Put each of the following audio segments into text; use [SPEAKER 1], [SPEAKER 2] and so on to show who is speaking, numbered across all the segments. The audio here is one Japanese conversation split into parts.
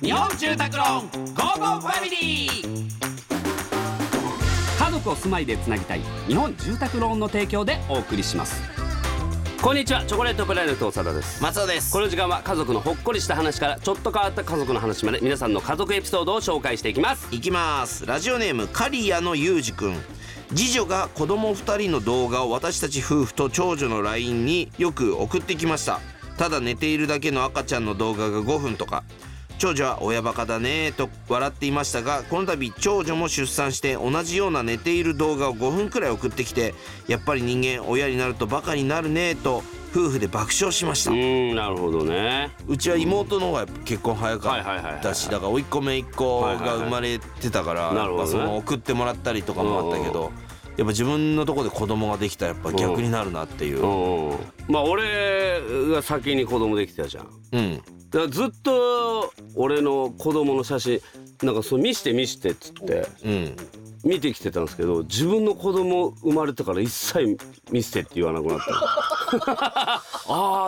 [SPEAKER 1] 日本住宅ローンゴーゴーファミリー家族を住まいでつなぎたい日本住宅ローンの提供でお送りしますこんにちはチョコレートプラネット長田です
[SPEAKER 2] 松尾です
[SPEAKER 1] この時間は家族のほっこりした話からちょっと変わった家族の話まで皆さんの家族エピソードを紹介していきます
[SPEAKER 2] いきますラジオネーム刈谷のゆうじくん次女が子供2人の動画を私たち夫婦と長女の LINE によく送ってきましたただ寝ているだけの赤ちゃんの動画が5分とか長女は親バカだねと笑っていましたがこの度長女も出産して同じような寝ている動画を5分くらい送ってきてやっぱり人間親になるとバカになるねと夫婦で爆笑しました
[SPEAKER 1] うーんなるほどね
[SPEAKER 2] うちは妹の方がやっぱ結婚早
[SPEAKER 1] はいはいはい
[SPEAKER 2] か
[SPEAKER 1] は
[SPEAKER 2] っ
[SPEAKER 1] い
[SPEAKER 2] たしだから甥っ子姪っ子が生まれてたから
[SPEAKER 1] はいはいはい
[SPEAKER 2] やっぱそ
[SPEAKER 1] なるほど
[SPEAKER 2] の
[SPEAKER 1] ね
[SPEAKER 2] 送ってもらったりとかもあったけ
[SPEAKER 1] うん
[SPEAKER 2] どやっぱ自分のとこで子供ができたらやっぱ逆になるなっていううん
[SPEAKER 1] まあ俺が先に子供できてたじゃん
[SPEAKER 2] うん
[SPEAKER 1] だからずっと俺の子供の写真なんかそう見して見してっつって
[SPEAKER 2] うん
[SPEAKER 1] 見てきてたんですけど自分の子供生まれてから一切見せてって言わな くなったあ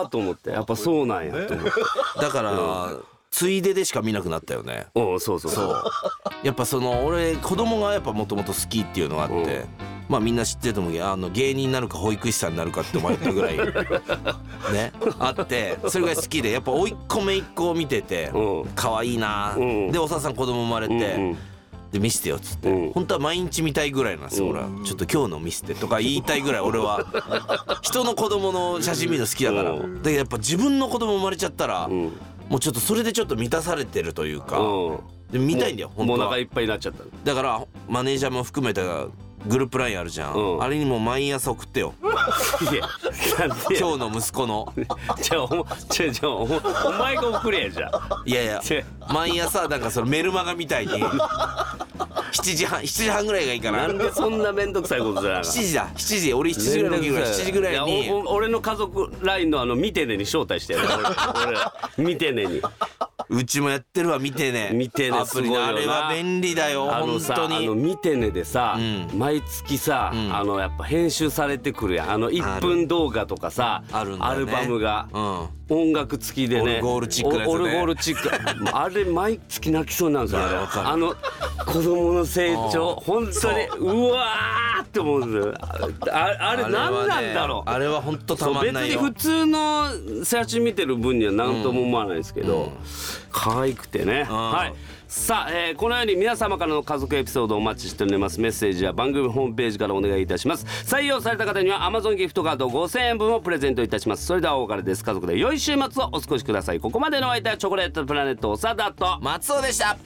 [SPEAKER 1] ーと思ってやっぱそうなんやと思って
[SPEAKER 2] だからついででしか見なくなったよね
[SPEAKER 1] うんそうそう
[SPEAKER 2] そうやっぱその俺子供がやっぱもともと好きっていうのがあっ
[SPEAKER 1] う
[SPEAKER 2] てまあみんな知ってると思うけどあの芸人になるか保育士さんになるかって迷っ たぐらいねあってそれぐらい好きでやっぱ甥っ子姪っ子を見てて
[SPEAKER 1] うん
[SPEAKER 2] 可愛いな
[SPEAKER 1] うん
[SPEAKER 2] でおささん子供生まれ
[SPEAKER 1] うんう
[SPEAKER 2] て。
[SPEAKER 1] ん
[SPEAKER 2] で見せてよっつって、
[SPEAKER 1] うん
[SPEAKER 2] 本当は毎日見たいぐらいなんですよ、
[SPEAKER 1] うん
[SPEAKER 2] 俺はちょっと今日の見せてとか言いたいぐらい 俺は人の子供の写真見るの好きだから、
[SPEAKER 1] うん
[SPEAKER 2] だけどやっぱ自分の子供生まれちゃったら、
[SPEAKER 1] うん
[SPEAKER 2] もうちょっとそれでちょっと満たされてるというか、
[SPEAKER 1] うん
[SPEAKER 2] で見たいんだよ
[SPEAKER 1] もう
[SPEAKER 2] 本
[SPEAKER 1] もう
[SPEAKER 2] 当
[SPEAKER 1] お
[SPEAKER 2] は
[SPEAKER 1] 腹いっぱいになっちゃった
[SPEAKER 2] だからマネージャーも含めたグループラインあるじゃん、
[SPEAKER 1] うん
[SPEAKER 2] あれにも毎朝送ってよ
[SPEAKER 1] いやなんでや
[SPEAKER 2] 今日の息子の
[SPEAKER 1] じゃあおもじゃあじゃあおもお前が送れやじゃあ
[SPEAKER 2] いやいや
[SPEAKER 1] 違う
[SPEAKER 2] 毎朝なんかそのメルマガみたいに7時半7時半ぐらいがいいか
[SPEAKER 1] な
[SPEAKER 2] な
[SPEAKER 1] んでそんな面倒くさいことじゃな
[SPEAKER 2] 7時だ7時俺7時ぐらいの起きるから7時ぐらいに
[SPEAKER 1] やおお俺の家族ラインのあの見てねに招待してやる俺俺ら見てねに
[SPEAKER 2] うちもやってるわ見てね
[SPEAKER 1] 見てね
[SPEAKER 2] アプリのあ
[SPEAKER 1] すごい
[SPEAKER 2] れ
[SPEAKER 1] よな
[SPEAKER 2] は便利だよ
[SPEAKER 1] あの
[SPEAKER 2] 本
[SPEAKER 1] さ
[SPEAKER 2] 当
[SPEAKER 1] あの
[SPEAKER 2] に
[SPEAKER 1] 見てねでさ、
[SPEAKER 2] うん
[SPEAKER 1] 毎月さ、
[SPEAKER 2] ん
[SPEAKER 1] あのやっぱ編集されてくるやんあの1分動画とかさ
[SPEAKER 2] あるんだよ
[SPEAKER 1] ア
[SPEAKER 2] ね
[SPEAKER 1] ルバムが、
[SPEAKER 2] うん
[SPEAKER 1] 音楽付きでね
[SPEAKER 2] オルゴールチックなやつね
[SPEAKER 1] オルゴールチッ クあれ毎月泣きそうになるんですよ
[SPEAKER 2] いやわかる
[SPEAKER 1] あの子供の成長
[SPEAKER 2] うん
[SPEAKER 1] 本当にうわーって思うんですよああれ
[SPEAKER 2] あ
[SPEAKER 1] 何
[SPEAKER 2] れはね
[SPEAKER 1] なんだろう
[SPEAKER 2] あれは本当た
[SPEAKER 1] そう
[SPEAKER 2] まん
[SPEAKER 1] 別
[SPEAKER 2] ない
[SPEAKER 1] に
[SPEAKER 2] よ
[SPEAKER 1] 普通の写真見てる分には何とも思わないですけど、可愛くてね、
[SPEAKER 2] ん
[SPEAKER 1] はいさあ、えーこのように皆様からの家族エピソードをお待ちしておりますメッセージは番組ホームページからお願いいたします採用された方には Amazon ギフトカード5000円分をプレゼントいたしますそれではお別れです家族で良い週末をお過ごしくださいここまでのお相手はチョコレートプラネット長田と
[SPEAKER 2] 松尾でした